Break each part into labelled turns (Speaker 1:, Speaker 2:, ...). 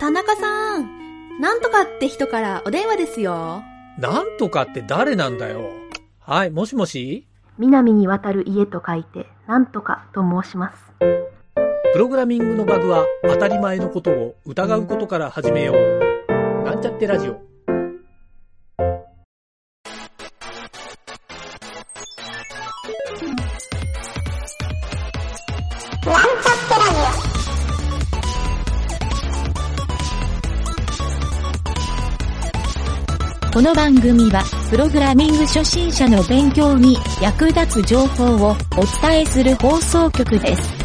Speaker 1: 田中さん、なんとかって人からお電話ですよ。
Speaker 2: なんとかって誰なんだよ。はい、もしもし
Speaker 3: 南に渡る家と書いて、なんとかと申します。
Speaker 2: プログラミングのバグは当たり前のことを疑うことから始めよう。なんちゃってラジオ。
Speaker 4: この番組は、プログラミング初心者の勉強に役立つ情報をお伝えする放送局です。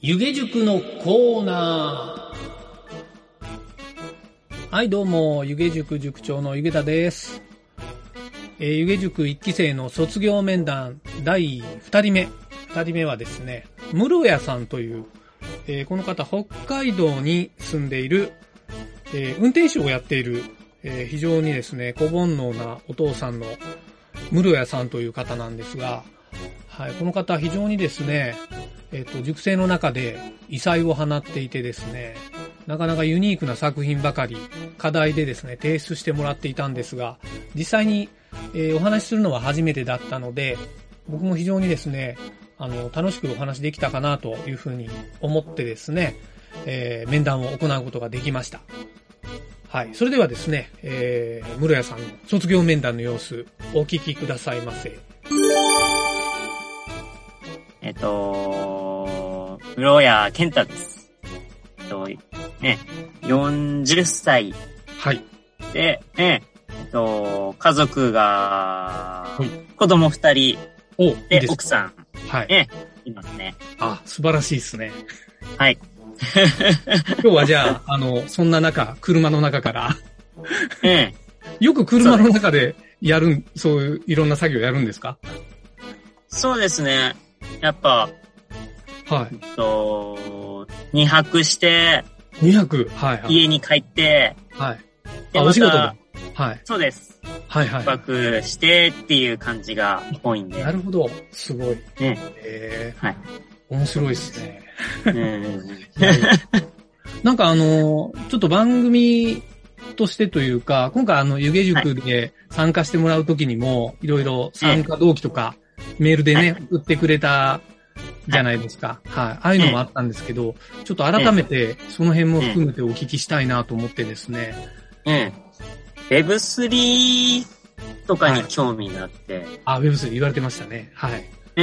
Speaker 2: 湯気塾のコーナー。はい、どうも、湯気塾塾長の湯気田です。えー湯気塾一期生の卒業面談第2人目。2人目はですね、室屋さんという、えーこの方、北海道に住んでいる、えー運転手をやっている、えー非常にですね、小煩悩なお父さんの室屋さんという方なんですが、はい、この方非常にですね、えっと、熟成の中で異彩を放っていてですね、なかなかユニークな作品ばかり、課題でですね、提出してもらっていたんですが、実際に、えーお話しするのは初めてだったので、僕も非常にですね、あの、楽しくお話できたかなというふうに思ってですね、えー面談を行うことができました。はい。それではですね、えー、室屋さんの卒業面談の様子、お聞きくださいませ。
Speaker 5: えっと、室谷健太です。えっと、ね、40歳
Speaker 2: はい。
Speaker 5: で、ね、えっと、家族が
Speaker 2: はい、
Speaker 5: 子供二人
Speaker 2: お、いい
Speaker 5: で
Speaker 2: です
Speaker 5: 奥さん、
Speaker 2: はい。
Speaker 5: ね、いますね。
Speaker 2: あ、素晴らしいですね。
Speaker 5: はい。
Speaker 2: 今日はじゃあ、あの、そんな中、車の中から、
Speaker 5: ね、
Speaker 2: よく車の中でやるん、そういういろんな作業やるんですか
Speaker 5: そうですね。やっぱ、
Speaker 2: は
Speaker 5: えっと、2泊して、
Speaker 2: い。2泊、はい、はい。
Speaker 5: 家に帰って、
Speaker 2: はい。
Speaker 5: で
Speaker 2: あ、
Speaker 5: ま
Speaker 2: お仕事で。は
Speaker 5: た
Speaker 2: い。はい、
Speaker 5: そうです。
Speaker 2: はい、
Speaker 5: 一
Speaker 2: は
Speaker 5: 泊してっていう感じが多いん
Speaker 2: い。
Speaker 5: で
Speaker 2: な。るほど。すごい。
Speaker 5: ね、
Speaker 2: えー、
Speaker 5: はい。
Speaker 2: 面白いですね。
Speaker 5: うん。
Speaker 2: なんかあの、ちょっと番組としてというか、今回あの、湯気塾で参加してもらうときにも、いろいろ参加動機とか、メールで
Speaker 5: は
Speaker 2: ね、
Speaker 5: い
Speaker 2: 売ってくれたじゃないですか。はい。ああいうのもあったんですけど、ちょっと改めて、その辺も含めてお聞きしたいなと思ってですね。
Speaker 5: うん。Web3 とかに興味があって、
Speaker 2: あ、ウェブスで言われてましたね。はい。
Speaker 5: ねえ、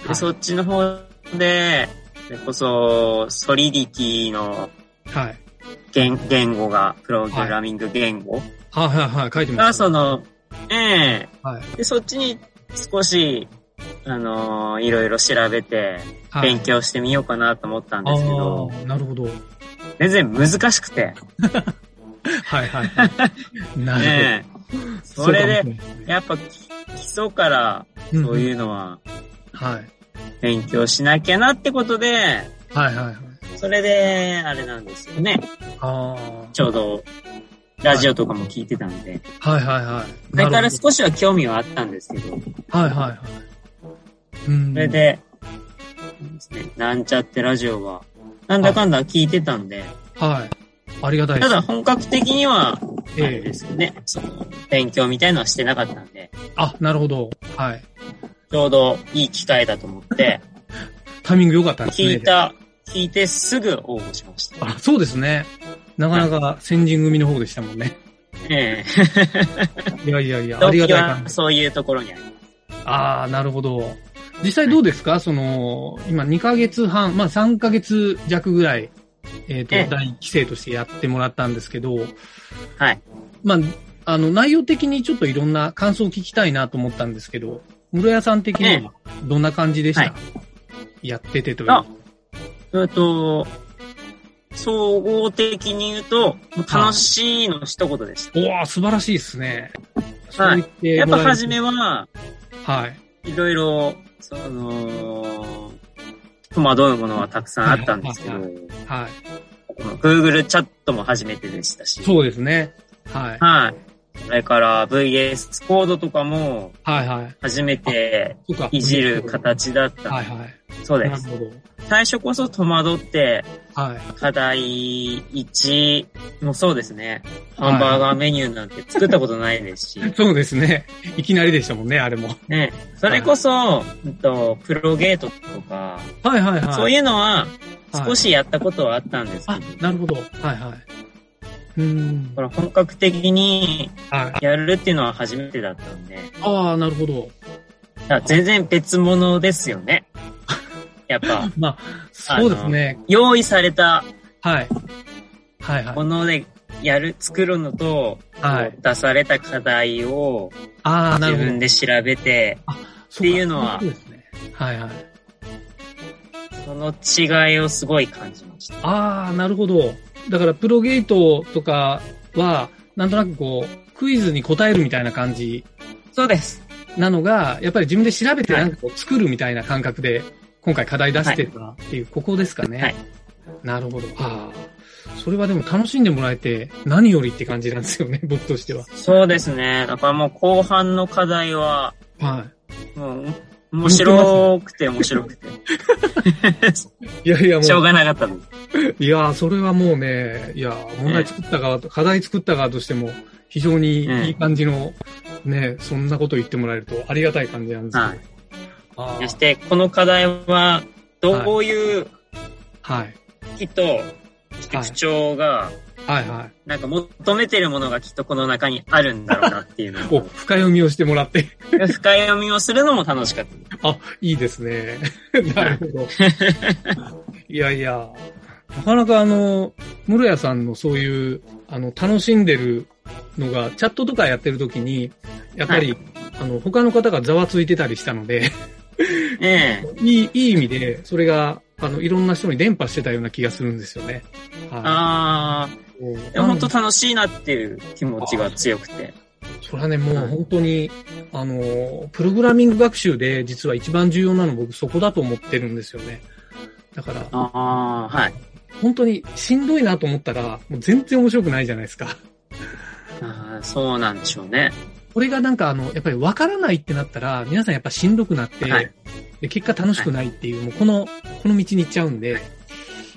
Speaker 5: で
Speaker 2: はい
Speaker 5: そっちの方で、それこそ、ソリディティの
Speaker 2: はい。
Speaker 5: 言言語が、プログラミング言語
Speaker 2: はいはいはい。書いて
Speaker 5: が、
Speaker 2: ました。
Speaker 5: その、ええ
Speaker 2: はい。
Speaker 5: で、そっちに少し、あのーいろいろ調べて、
Speaker 2: はい。
Speaker 5: 勉強してみようかなと思ったん
Speaker 2: あ
Speaker 5: ですけど、
Speaker 2: ーなるほど。
Speaker 5: 全然難し くて、
Speaker 2: はい はいはい。なる
Speaker 5: ねえ
Speaker 2: ほど。
Speaker 5: それで
Speaker 2: うかもしれないすね、
Speaker 5: やっぱき基礎から、
Speaker 2: うん
Speaker 5: そういうのは
Speaker 2: はい。
Speaker 5: 勉強しなきゃなってことで、
Speaker 2: はいはいはい。
Speaker 5: それで、あれなんですよね。
Speaker 2: ああ。
Speaker 5: ちょうど、ラジオとかも聞いてたんで。
Speaker 2: はいはいはい。
Speaker 5: だから
Speaker 2: なる
Speaker 5: 少しは興味はあったんですけど、そ
Speaker 2: ほどはいはいはい。うん。
Speaker 5: れで、ですねなんちゃってラジオは、なんだかんだ聞いてたんで、
Speaker 2: はい。ありがたいで
Speaker 5: た
Speaker 2: す。
Speaker 5: だ本格的には、あ
Speaker 2: ええ
Speaker 5: れですよね、その、勉強みたいのはしてなかったんで、
Speaker 2: あ、なるほど。はい。
Speaker 5: ちょうどいい機会だと思って、
Speaker 2: タイミング良かったですね。
Speaker 5: 聞い。た、聞いてすぐ応募しました。
Speaker 2: あ、そうですね。なかなか先人組の方でしたもんね。
Speaker 5: え
Speaker 2: い
Speaker 5: え
Speaker 2: やいやいや、あ
Speaker 5: 動
Speaker 2: りが
Speaker 5: 機
Speaker 2: たい感
Speaker 5: は
Speaker 2: じ。
Speaker 5: そういうところにあります。
Speaker 2: ああ、なるほど。実際どうですかその、今2ヶ月半、まあ3ヶ月弱ぐらい、えっ、
Speaker 5: ええ
Speaker 2: と、第1期生としてやってもらったんですけど、
Speaker 5: はい。
Speaker 2: まあ、あの、内容的にちょっといろんな感想を聞きたいなと思ったんですけど、室屋さん的にはどんな感じでした、
Speaker 5: え
Speaker 2: やっててという。
Speaker 5: あえっと、総合的に言うと、楽しいの一言でした。
Speaker 2: おお素晴らしいですね。
Speaker 5: はい
Speaker 2: そう言
Speaker 5: や
Speaker 2: て
Speaker 5: っ
Speaker 2: も
Speaker 5: ぱ
Speaker 2: らえる
Speaker 5: 初めは、
Speaker 2: はい。
Speaker 5: いろいろ、その、戸惑うものはたくさんあったんですけど
Speaker 2: はい、は
Speaker 5: この Google チャットも初めてでしたし
Speaker 2: い。、そうですね。はい。
Speaker 5: はい。それから VS コードとかも
Speaker 2: はいはい。
Speaker 5: 初めて
Speaker 2: そうか
Speaker 5: いじる。形だった。
Speaker 2: はいはい。
Speaker 5: そうで
Speaker 2: なる
Speaker 5: す。
Speaker 2: ほど。
Speaker 5: 最初こそ戸惑って、
Speaker 2: はい。
Speaker 5: 課題1もそうですね。ハンバーガーメニューなんて作ったことないです し。
Speaker 2: そうですね。いきなりでしたもんね、あれも。
Speaker 5: ね、それこそ、うんと、プロゲートとか、
Speaker 2: はいはいはい。
Speaker 5: そういうの
Speaker 2: は
Speaker 5: は
Speaker 2: い
Speaker 5: 少しやったことはあったんですけ
Speaker 2: あ
Speaker 5: ど、、
Speaker 2: なるほど。はいはい。うん。
Speaker 5: これ本格的に
Speaker 2: はい。
Speaker 5: やるっていうのは初めてだったんで、
Speaker 2: ああ、なるほど。
Speaker 5: だから全然別物ですよ ね。やっぱ、
Speaker 2: まあ、そうですね。
Speaker 5: 用意された
Speaker 2: はい。はいは
Speaker 5: も
Speaker 2: い。
Speaker 5: のでやる、作るのと、
Speaker 2: はい
Speaker 5: 出された課題を
Speaker 2: ああ、なる
Speaker 5: 自
Speaker 2: ほど。
Speaker 5: 分で調べて、
Speaker 2: そか
Speaker 5: っていうのは
Speaker 2: そうですね。はいはい。
Speaker 5: その違いをすごい感じました。
Speaker 2: ああ、なるほど。だから、プロゲートとかは、なんとなくこう、クイズに答えるみたいな感じ
Speaker 5: そうです。
Speaker 2: なのが、やっぱり自分で調べて
Speaker 5: はい
Speaker 2: なんかこう作るみたいな感覚で、今回課題出してたっていう、ここですかね。
Speaker 5: はい
Speaker 2: なるほど。ああ。それはでも楽しんでもらえて、何よりって感じなんですよね、僕としては。
Speaker 5: そうですね。だからもう後半の課題は、
Speaker 2: は
Speaker 5: もう、面白くて面白く て。
Speaker 2: い。いやいや、もう。
Speaker 5: しょうがなかったの。
Speaker 2: いやー、それはもうね、いやー、問題作った側と、課題作った側としても、非常にいい感じの、ね、そんなこと言ってもらえるとありがたい感じなんです
Speaker 5: はい。
Speaker 2: けど。あ
Speaker 5: そし
Speaker 2: ー
Speaker 5: て、この課題は、どういう
Speaker 2: はい。
Speaker 5: 木と口調が、
Speaker 2: はいはい。
Speaker 5: なんか求めてるものがきっとこの中にあるんだろうなっていうの
Speaker 2: お、
Speaker 5: を、
Speaker 2: 深読みをしてもらって。
Speaker 5: 深読みをするのも楽しかった。
Speaker 2: あ、いいですね。 なるほど。いやいや、なかなかあの、室屋さんのそういう、あの、楽しんでるのが、チャットとかやってる時に、やっぱり、あの、他の方がざわついてたりしたので、
Speaker 5: ええ
Speaker 2: いい、いい意味で、それが、あの、いろんな人に伝播してたような気がするんですよね。は
Speaker 5: ああ、
Speaker 2: い。もう
Speaker 5: でも本当楽しいなっていう気持ちが強くて。
Speaker 2: それはね、もう本当に、あの、プログラミング学習で実は一番重要なの僕そこだと思ってるんですよね。だから、
Speaker 5: ああ、はい。
Speaker 2: 本当にしんどいなと思ったら、もう全然面白くないじゃないですか。
Speaker 5: あーそうなんでしょうね。
Speaker 2: これがなんかあの、やっぱりわからないってなったら、皆さんやっぱしんどくなって、
Speaker 5: はい
Speaker 2: で結果楽しくないっていう、もうこの、この道に行っちゃうんで、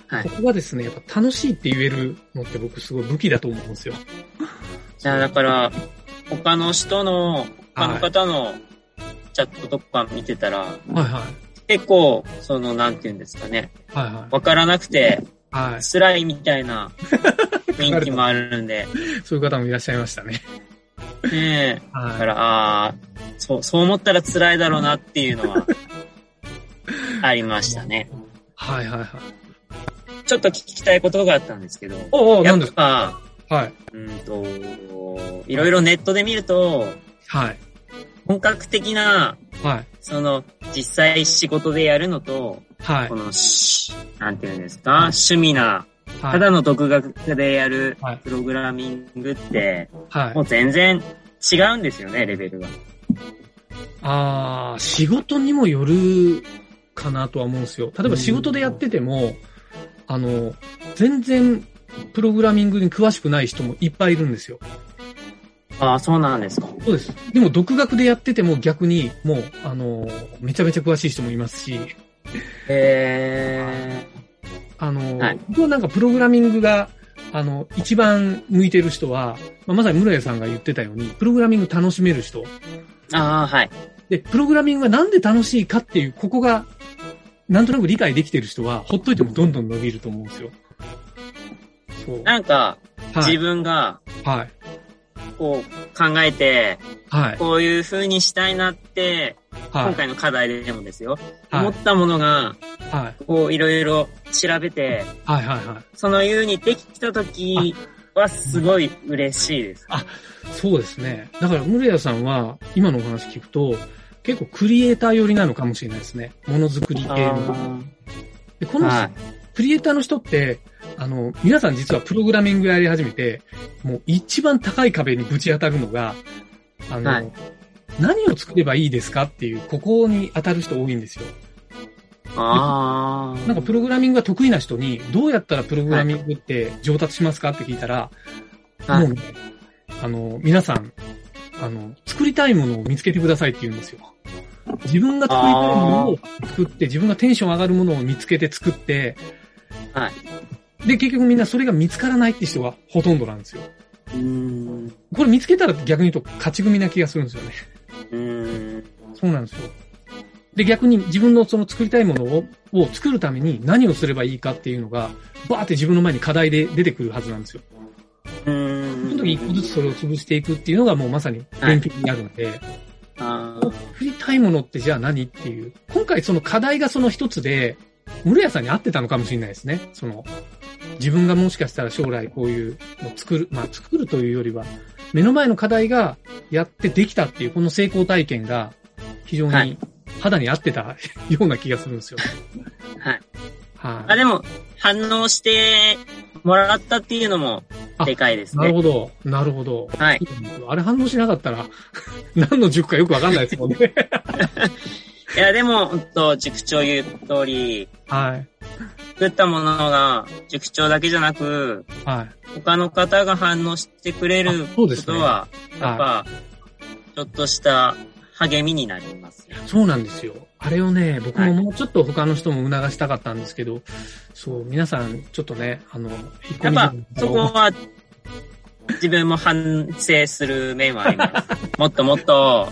Speaker 5: はい
Speaker 2: ここがですね、やっぱ楽しいって言えるのって僕すごい武器だと思うんですよ。
Speaker 5: じゃあだから、他の人の、他の方のチャットとか見てたら、
Speaker 2: はいはい。
Speaker 5: 結構、その、なんていうんですかね、
Speaker 2: はいはい。
Speaker 5: わからなくて、
Speaker 2: はい。
Speaker 5: 辛いみたいな雰囲気もあるんで、
Speaker 2: そういう方もいらっしゃいましたね。
Speaker 5: ねえ、だか
Speaker 2: は
Speaker 5: ら、ああ、そう、そう思ったら辛いだろうなっていうのは、ありましたね。
Speaker 2: い。はいはいはい。
Speaker 5: ちょっと聞きたいことがあったんですけど、
Speaker 2: おお、
Speaker 5: や
Speaker 2: 何
Speaker 5: っ
Speaker 2: ですか
Speaker 5: ぱ、
Speaker 2: はい。
Speaker 5: うんと、いろいろネットで見ると、
Speaker 2: はい。
Speaker 5: 本格的な、
Speaker 2: はい。
Speaker 5: その、実際仕事でやるのと、
Speaker 2: はい
Speaker 5: こ。のし、なんていうんですか、趣味な、
Speaker 2: は
Speaker 5: た
Speaker 2: い。
Speaker 5: だの独学でやる
Speaker 2: はい
Speaker 5: プログラミングって、
Speaker 2: はい
Speaker 5: もう。全然違うんですよね、レベルが。
Speaker 2: ああ、仕事にもよるかなとは思うんですよ。例えば仕事でやってても、あの、全然プログラミングに詳しくない人もいっぱいいるんですよ。
Speaker 5: ああ、そうなんですか。
Speaker 2: そうです。でも独学でやってても逆にもう、あの、めちゃめちゃ詳しい人もいますし、
Speaker 5: へ
Speaker 2: あの、
Speaker 5: はい
Speaker 2: 僕はなんかプログラミングが、あの、一番向いてる人は、まあ、まさに室屋さんが言ってたように、プログラミング楽しめる人。
Speaker 5: ー。ああ、はい。
Speaker 2: で、プログラミングがなんで楽しいかっていう、ここが、なんとなく理解できてる人は、ほっといてもどんどん伸びると思うんですよ。そう。
Speaker 5: なんか、
Speaker 2: は
Speaker 5: 自
Speaker 2: い。
Speaker 5: 分が、
Speaker 2: はい。
Speaker 5: こう、考えて、
Speaker 2: はい。
Speaker 5: こういう風にしたいなって、
Speaker 2: は
Speaker 5: 今
Speaker 2: い。
Speaker 5: 回の課題でもですよ。
Speaker 2: はい
Speaker 5: 思ったものが、
Speaker 2: はい。
Speaker 5: こう、いろいろ調べて、
Speaker 2: はい。はい。
Speaker 5: そのようにできた時は、すごい嬉しいです。
Speaker 2: そうですね。だから、ムレヤさんは、今のお話聞くと、結構クリエイター寄りなのかもしれないですね。ものづくり系
Speaker 5: あ
Speaker 2: の。でこ
Speaker 5: ー
Speaker 2: の、
Speaker 5: はい。
Speaker 2: クリエイターの人って、あの、皆さん実はプログラミングやり始めて、もう一番高い壁にぶち当たるのが、あの、
Speaker 5: はい
Speaker 2: 何を作ればいいですかっていう、ここに当たる人多いんですよ。
Speaker 5: ああ。
Speaker 2: なんかプログラミングが得意な人に、どうやったらプログラミングって上達しますかって聞いたら、
Speaker 5: はい
Speaker 2: もうね、あの、皆さん、あの、作りたいものを見つけてくださいって言うんですよ。自分が作りたいものを作って、自分がテンション上がるものを見つけて作って、
Speaker 5: はい。
Speaker 2: で、結局みんなそれが見つからないって人がほとんどなんですよ。
Speaker 5: うーん。う
Speaker 2: これ見つけたら逆に言うと勝ち組な気がするんですよね。
Speaker 5: ーん。
Speaker 2: そうなんですよ。で、逆に自分のその作りたいものをを作るために何をすればいいかっていうのが、バーって自分の前に課題で出てくるはずなんですよ。
Speaker 5: う
Speaker 2: そ
Speaker 5: ーん。
Speaker 2: の時一個ずつそれを潰していくっていうのがもうまさに勉強にあるので、
Speaker 5: あ
Speaker 2: 作りたいものってじゃあ何っていう。今回その課題がその一つで、室屋さんに合ってたのかもしれないですね。その、自分がもしかしたら将来こういうのを作る、まあ作るというよりは、目の前の課題がやってできたっていう、この成功体験が非常
Speaker 5: は
Speaker 2: に
Speaker 5: い
Speaker 2: 肌に合ってた ような気がするんですよ。
Speaker 5: ーはい。
Speaker 2: はい、
Speaker 5: あ、でも、反応してもらったっていうのも、
Speaker 2: あ
Speaker 5: でかいです
Speaker 2: なる
Speaker 5: ね。
Speaker 2: ほど。なるほど。
Speaker 5: はい。
Speaker 2: あれ反応しなかったら、 何の塾かよくわかんないですもん ね。
Speaker 5: いや、でも、ほんと、塾長言う通り、
Speaker 2: はい。
Speaker 5: 作ったものが、塾長だけじゃなく、
Speaker 2: はい。
Speaker 5: 他の方が反応してくれる
Speaker 2: あそう
Speaker 5: こ
Speaker 2: です
Speaker 5: と
Speaker 2: ね
Speaker 5: は、やっ
Speaker 2: は
Speaker 5: ぱ、ちょっとした励みになりますね。
Speaker 2: い。そうなんですよ。あれをね、僕
Speaker 5: はい
Speaker 2: ももうちょっと他の人も促したかったんですけど、そう、皆さん、ちょっとね、あの、
Speaker 5: やっぱ、そこ
Speaker 2: は
Speaker 5: は、自分も反省する面はあ ります。もっともっと、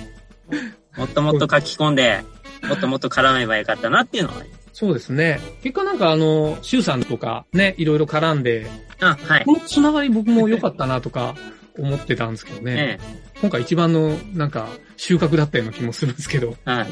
Speaker 5: もっともっと書き込んで、もっともっと絡めばよかったなっていうのはあります。
Speaker 2: そうですね。結果なんかあの、シュウさんとかね、いろいろ絡んで、
Speaker 5: あ、はい
Speaker 2: こ。のつながり僕も良かったなとか思ってたんですけどね
Speaker 5: え。
Speaker 2: 今回一番のなんか収穫だったような気もするんですけど。
Speaker 5: え、はい。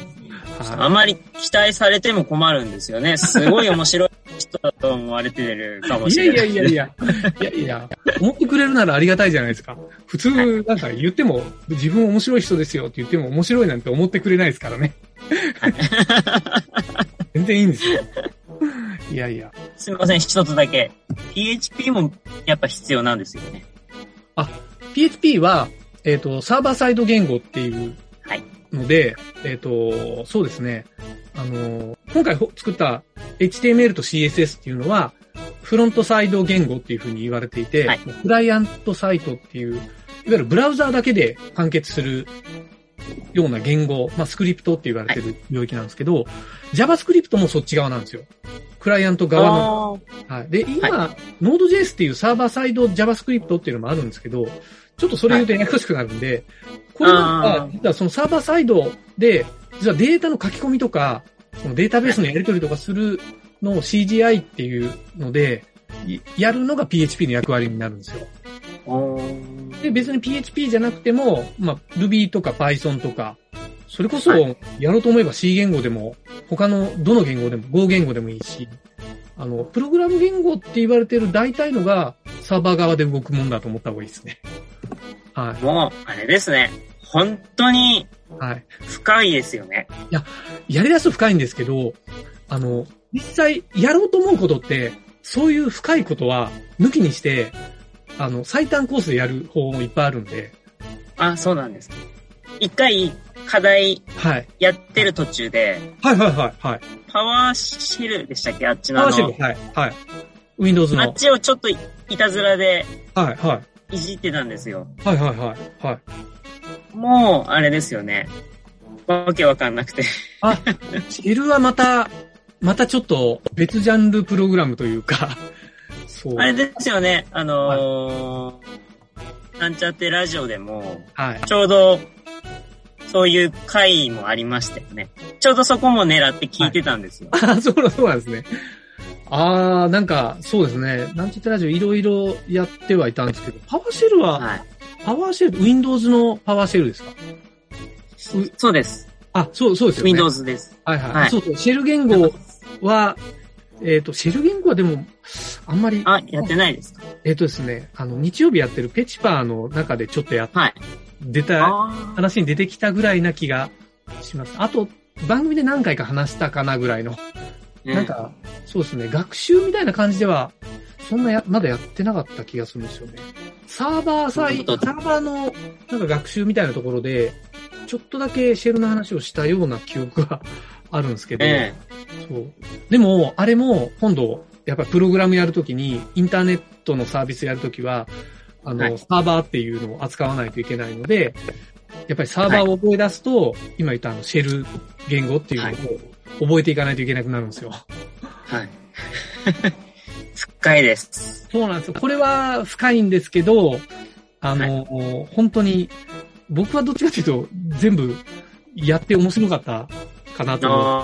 Speaker 5: あ
Speaker 2: は
Speaker 5: まり期待されても困るんですよね。すごい面白い人だと思われてるかも
Speaker 2: い。い
Speaker 5: し
Speaker 2: や
Speaker 5: れ
Speaker 2: い
Speaker 5: な
Speaker 2: や
Speaker 5: い。
Speaker 2: いやいや、いやいや、思ってくれるならありがたいじゃないですか。普通、なんか言っても、自分面白い人ですよって言っても面白いなんて思ってくれないですからね。全然いいんですよ。いやいや。
Speaker 5: すみません、一つだけ。PHP もやっぱ必要なんですよね。
Speaker 2: PHP は、えっ、と、サーバーサイド言語っていう
Speaker 5: はい
Speaker 2: ので、えっ、と、そうですね。あの、今回ほ作った HTML と CSS っていうのは、フロントサイド言語っていうふうに言われていて、
Speaker 5: はい
Speaker 2: クライアントサイトっていう、いわゆるブラウザーだけで完結するような言語、まあ、スクリプトって言われてる領域なんですけど、JavaScript もそっち側なんですよ。クライアント側の
Speaker 5: あ
Speaker 2: はい。で、今、Node.js っていうサーバーサイド JavaScript っていうのもあるんですけど、ちょっとそれ言うとややこしくなるんで、これは
Speaker 5: あ、ー
Speaker 2: 実はそのサーバーサイドで、実はデータの書き込みとか、そのデータベースのやり取りとかするのを CGI っていうので、いやるのが PHP の役割になるんですよ。
Speaker 5: ーおー
Speaker 2: で、別に PHP じゃなくても、まあ、Ruby とか Python とか、それこそ
Speaker 5: は
Speaker 2: やろうと思えば C 言語でも、他のどの言語でも Go 言語でもいいし、あの、プログラム言語って言われてる大体のがサーバー側で動くもんだと思った方がいい ですね。は
Speaker 5: もう、あれですね。本当に
Speaker 2: い。はい。
Speaker 5: 深いですよね。
Speaker 2: やり出すと深いんですけど、あの、実際やろうと思うことって、そういう深いことは抜きにして、あの、最短コースでやる方法もいっぱいあるんで、
Speaker 5: あ、そうなんです。一回、課題
Speaker 2: はい。
Speaker 5: やってる途中で、
Speaker 2: はいはいはいはい。
Speaker 5: パワーシェルでしたっけあっち
Speaker 2: パワ
Speaker 5: のあ
Speaker 2: ーシェ
Speaker 5: の
Speaker 2: ル、はい、はい。Windows
Speaker 5: あ
Speaker 2: の
Speaker 5: っ。ちをちょっといたずらで
Speaker 2: はい、はい
Speaker 5: じってたんですよ。
Speaker 2: い。はい、はい、はい。はい。
Speaker 5: もう、あれですよね。わけわかんなくて。
Speaker 2: シェルはまた、またちょっと別ジャンルプログラムというか、 そう。は
Speaker 5: あれ
Speaker 2: い。
Speaker 5: ですよね。あのーなんちゃってラジオでも、
Speaker 2: はい、
Speaker 5: ちょうど、そういう回もありましたよね。ちょうどそこも狙って聞いてたんですよ。
Speaker 2: あ、そうそうなんですね。あー、なんか、そうですね。なんちゃってラジオいろいろやってはいたんですけど、パワーシェルは、
Speaker 5: はい。
Speaker 2: パワーシェル、Windows のパワーシェルですか
Speaker 5: そうです。
Speaker 2: あ、そう、そうですよね。。
Speaker 5: Windows です。
Speaker 2: はいはい。
Speaker 5: はい
Speaker 2: そうそう。シェル言語は、えっ、と、シェル言語はでも、あんまり、
Speaker 5: あ、やってないですか
Speaker 2: えっ、とですね、あの、日曜日やってるペチパーの中でちょっとやっ
Speaker 5: はい。
Speaker 2: 出た、
Speaker 5: あー
Speaker 2: 話に出てきたぐらいな気がします。あと、番組で何回か話したかなぐらいの。
Speaker 5: うん
Speaker 2: なんか、そうですね、学習みたいな感じでは、そんなや、まだやってなかった気がするんですよね。サーバーサイ、
Speaker 5: なる
Speaker 2: サ
Speaker 5: ほど
Speaker 2: ーバーの、なんか学習みたいなところで、ちょっとだけシェルの話をしたような記憶があるんですけど、
Speaker 5: え
Speaker 2: そう。でも、あれも、今度、やっぱりプログラムやるときに、インターネットのサービスやるときは、あの、
Speaker 5: はい
Speaker 2: サーバーっていうのを扱わないといけないので、やっぱりサーバーを覚え出すと、今言ったあの、シェル言語っていうの
Speaker 5: はい
Speaker 2: を覚えていかないといけなくなるんですよ。
Speaker 5: はい。深いです。
Speaker 2: そうなんですよ。これは深いんですけど、あの、本当に、僕はどっちかというと、全部やって面白かったかなと思う。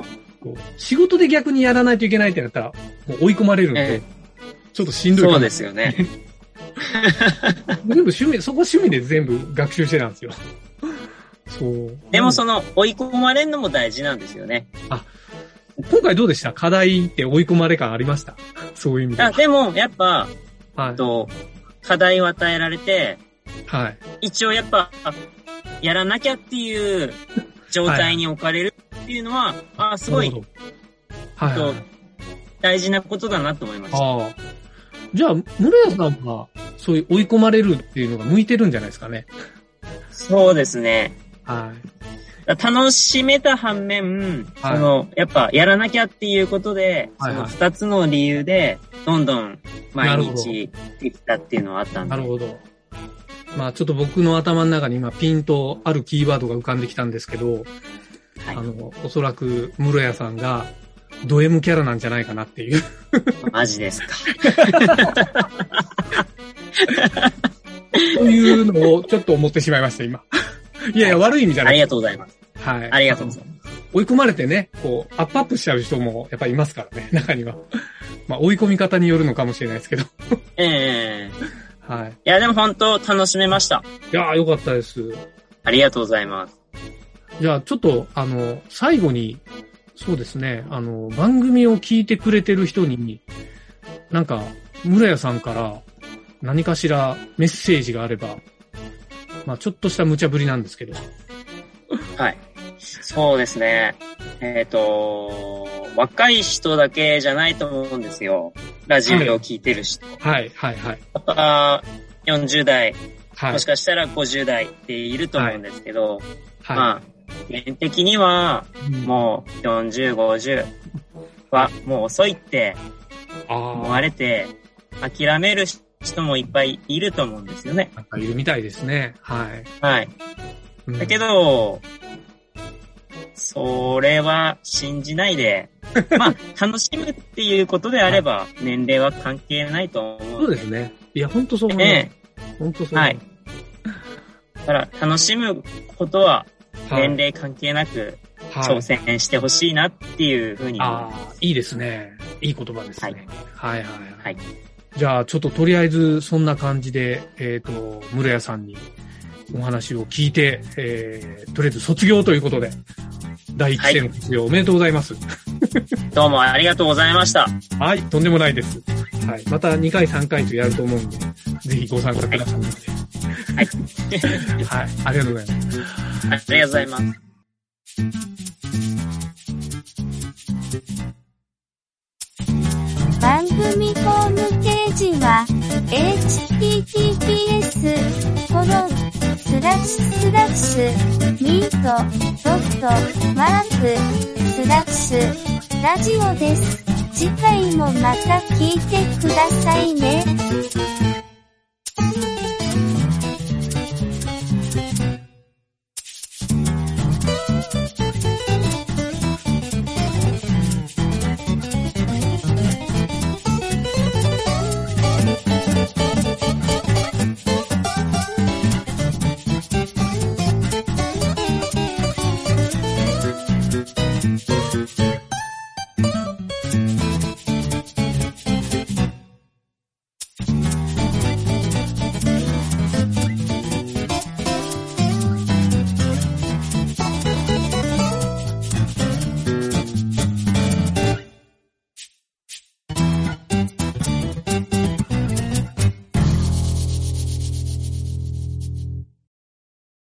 Speaker 5: あ
Speaker 2: こう仕事で逆にやらないといけないってなったら、もう追い込まれるんで、
Speaker 5: ええ
Speaker 2: ちょっとしん
Speaker 5: あ、
Speaker 2: どいか
Speaker 5: そ
Speaker 2: な
Speaker 5: うですよね。
Speaker 2: 全部趣味、そこ趣味で全部学習してたんですよ。そう。
Speaker 5: でもその、追い込まれるのも大事なんですよね。
Speaker 2: 今回どうでした課題って追い込まれ感ありましたそういう意味で
Speaker 5: あ
Speaker 2: は。
Speaker 5: でも、やっぱ、
Speaker 2: はい。
Speaker 5: と、課題を与えられて、
Speaker 2: はい。
Speaker 5: 一応やっぱ、あやらなきゃっていう状態に置かれるっていうのは、あすご
Speaker 2: ないるほど。はい、はい。
Speaker 5: 大事なことだなと思いました。
Speaker 2: ああ。じゃあ、室屋さんは、そういう追い込まれるっていうのが向いてるんじゃないですかね。
Speaker 5: そうですね。
Speaker 2: はい。
Speaker 5: 楽しめた反面、
Speaker 2: はい
Speaker 5: その、やっぱやらなきゃっていうことで、
Speaker 2: はいはい
Speaker 5: その二つの理由で、どんどん
Speaker 2: な
Speaker 5: 毎
Speaker 2: るほど
Speaker 5: 日できたっていうのはあったんで
Speaker 2: な。るほど。まあ、ちょっと僕の頭の中に今、ピンとあるキーワードが浮かんできたんですけど、
Speaker 5: はい
Speaker 2: あの、おそらく、室屋さんが、ド M キャラなんじゃないかなっていう。
Speaker 5: マジですか。
Speaker 2: というのをちょっと思ってしまいました、今。いやいや、悪い意味じゃ
Speaker 5: あ
Speaker 2: な
Speaker 5: り
Speaker 2: い。
Speaker 5: がとうございます。
Speaker 2: はい。
Speaker 5: ありがとうございます。
Speaker 2: 追い込まれてね、こう、アップアップしちゃう人もやっぱりいますからね、 中には。まあ、追い込み方によるのかもしれないですけど。
Speaker 5: ええ
Speaker 2: はい。
Speaker 5: いや、でも本当楽しめました。
Speaker 2: いやー、よかったです。
Speaker 5: ありがとうございます。
Speaker 2: じゃあ、ちょっと、あの、最後に、そうですね、あの、番組を聞いてくれてる人に、なんか、村屋さんから何かしらメッセージがあれば、まあ、ちょっとした無茶ぶりなんですけど。
Speaker 5: はい。そうですね。えっ、と、若い人だけじゃないと思うんですよ。ラジオを聞いてる人。
Speaker 2: はい、はい、はい。
Speaker 5: やっぱ40代、
Speaker 2: はい
Speaker 5: もし。かしたら50代っていると思うんですけど、
Speaker 2: は
Speaker 5: まあ、現的には、
Speaker 2: い。うん
Speaker 5: もう40、50は、もう遅いって思
Speaker 2: あ
Speaker 5: われて、諦める人もいっぱいいると思うんですよね
Speaker 2: あ、。なんかいるみたいですね。はい。
Speaker 5: はい。
Speaker 2: うん
Speaker 5: だけど、それは信じないで、 まあ、楽しむっていうことであれば、年齢は関係ないと思
Speaker 2: そう
Speaker 5: う。
Speaker 2: ですね。いや、本当そう思います。
Speaker 5: ね
Speaker 2: 本当そう思
Speaker 5: はい。だから、楽しむこと
Speaker 2: ます。
Speaker 5: は、
Speaker 2: はい
Speaker 5: 年齢関係なく、
Speaker 2: はい
Speaker 5: 挑戦してほしいなっていうふうに。
Speaker 2: あ
Speaker 5: は
Speaker 2: あ、いいですね。いい言葉ですね。はい、はい、はい。
Speaker 5: はい
Speaker 2: じゃあ、ちょっととりあえず、そんな感じで、えっ、と、室屋さんにお話を聞いて、えー、とりあえず卒業ということで、第一期生の卒業、おめでとうございます。
Speaker 5: い。どうもありがとうございました。
Speaker 2: はい、とんでもないです。はい。また2回、3回とやると思うんで、ぜひご参加くださいませ。
Speaker 5: は い。
Speaker 2: はい、ありがとうございます。
Speaker 5: ありがとうございます。
Speaker 6: 番組ホームページは https コロンスラッシュスラッシュミートドットマークスラッシュラジオです。次回もまた聞いてくださいね。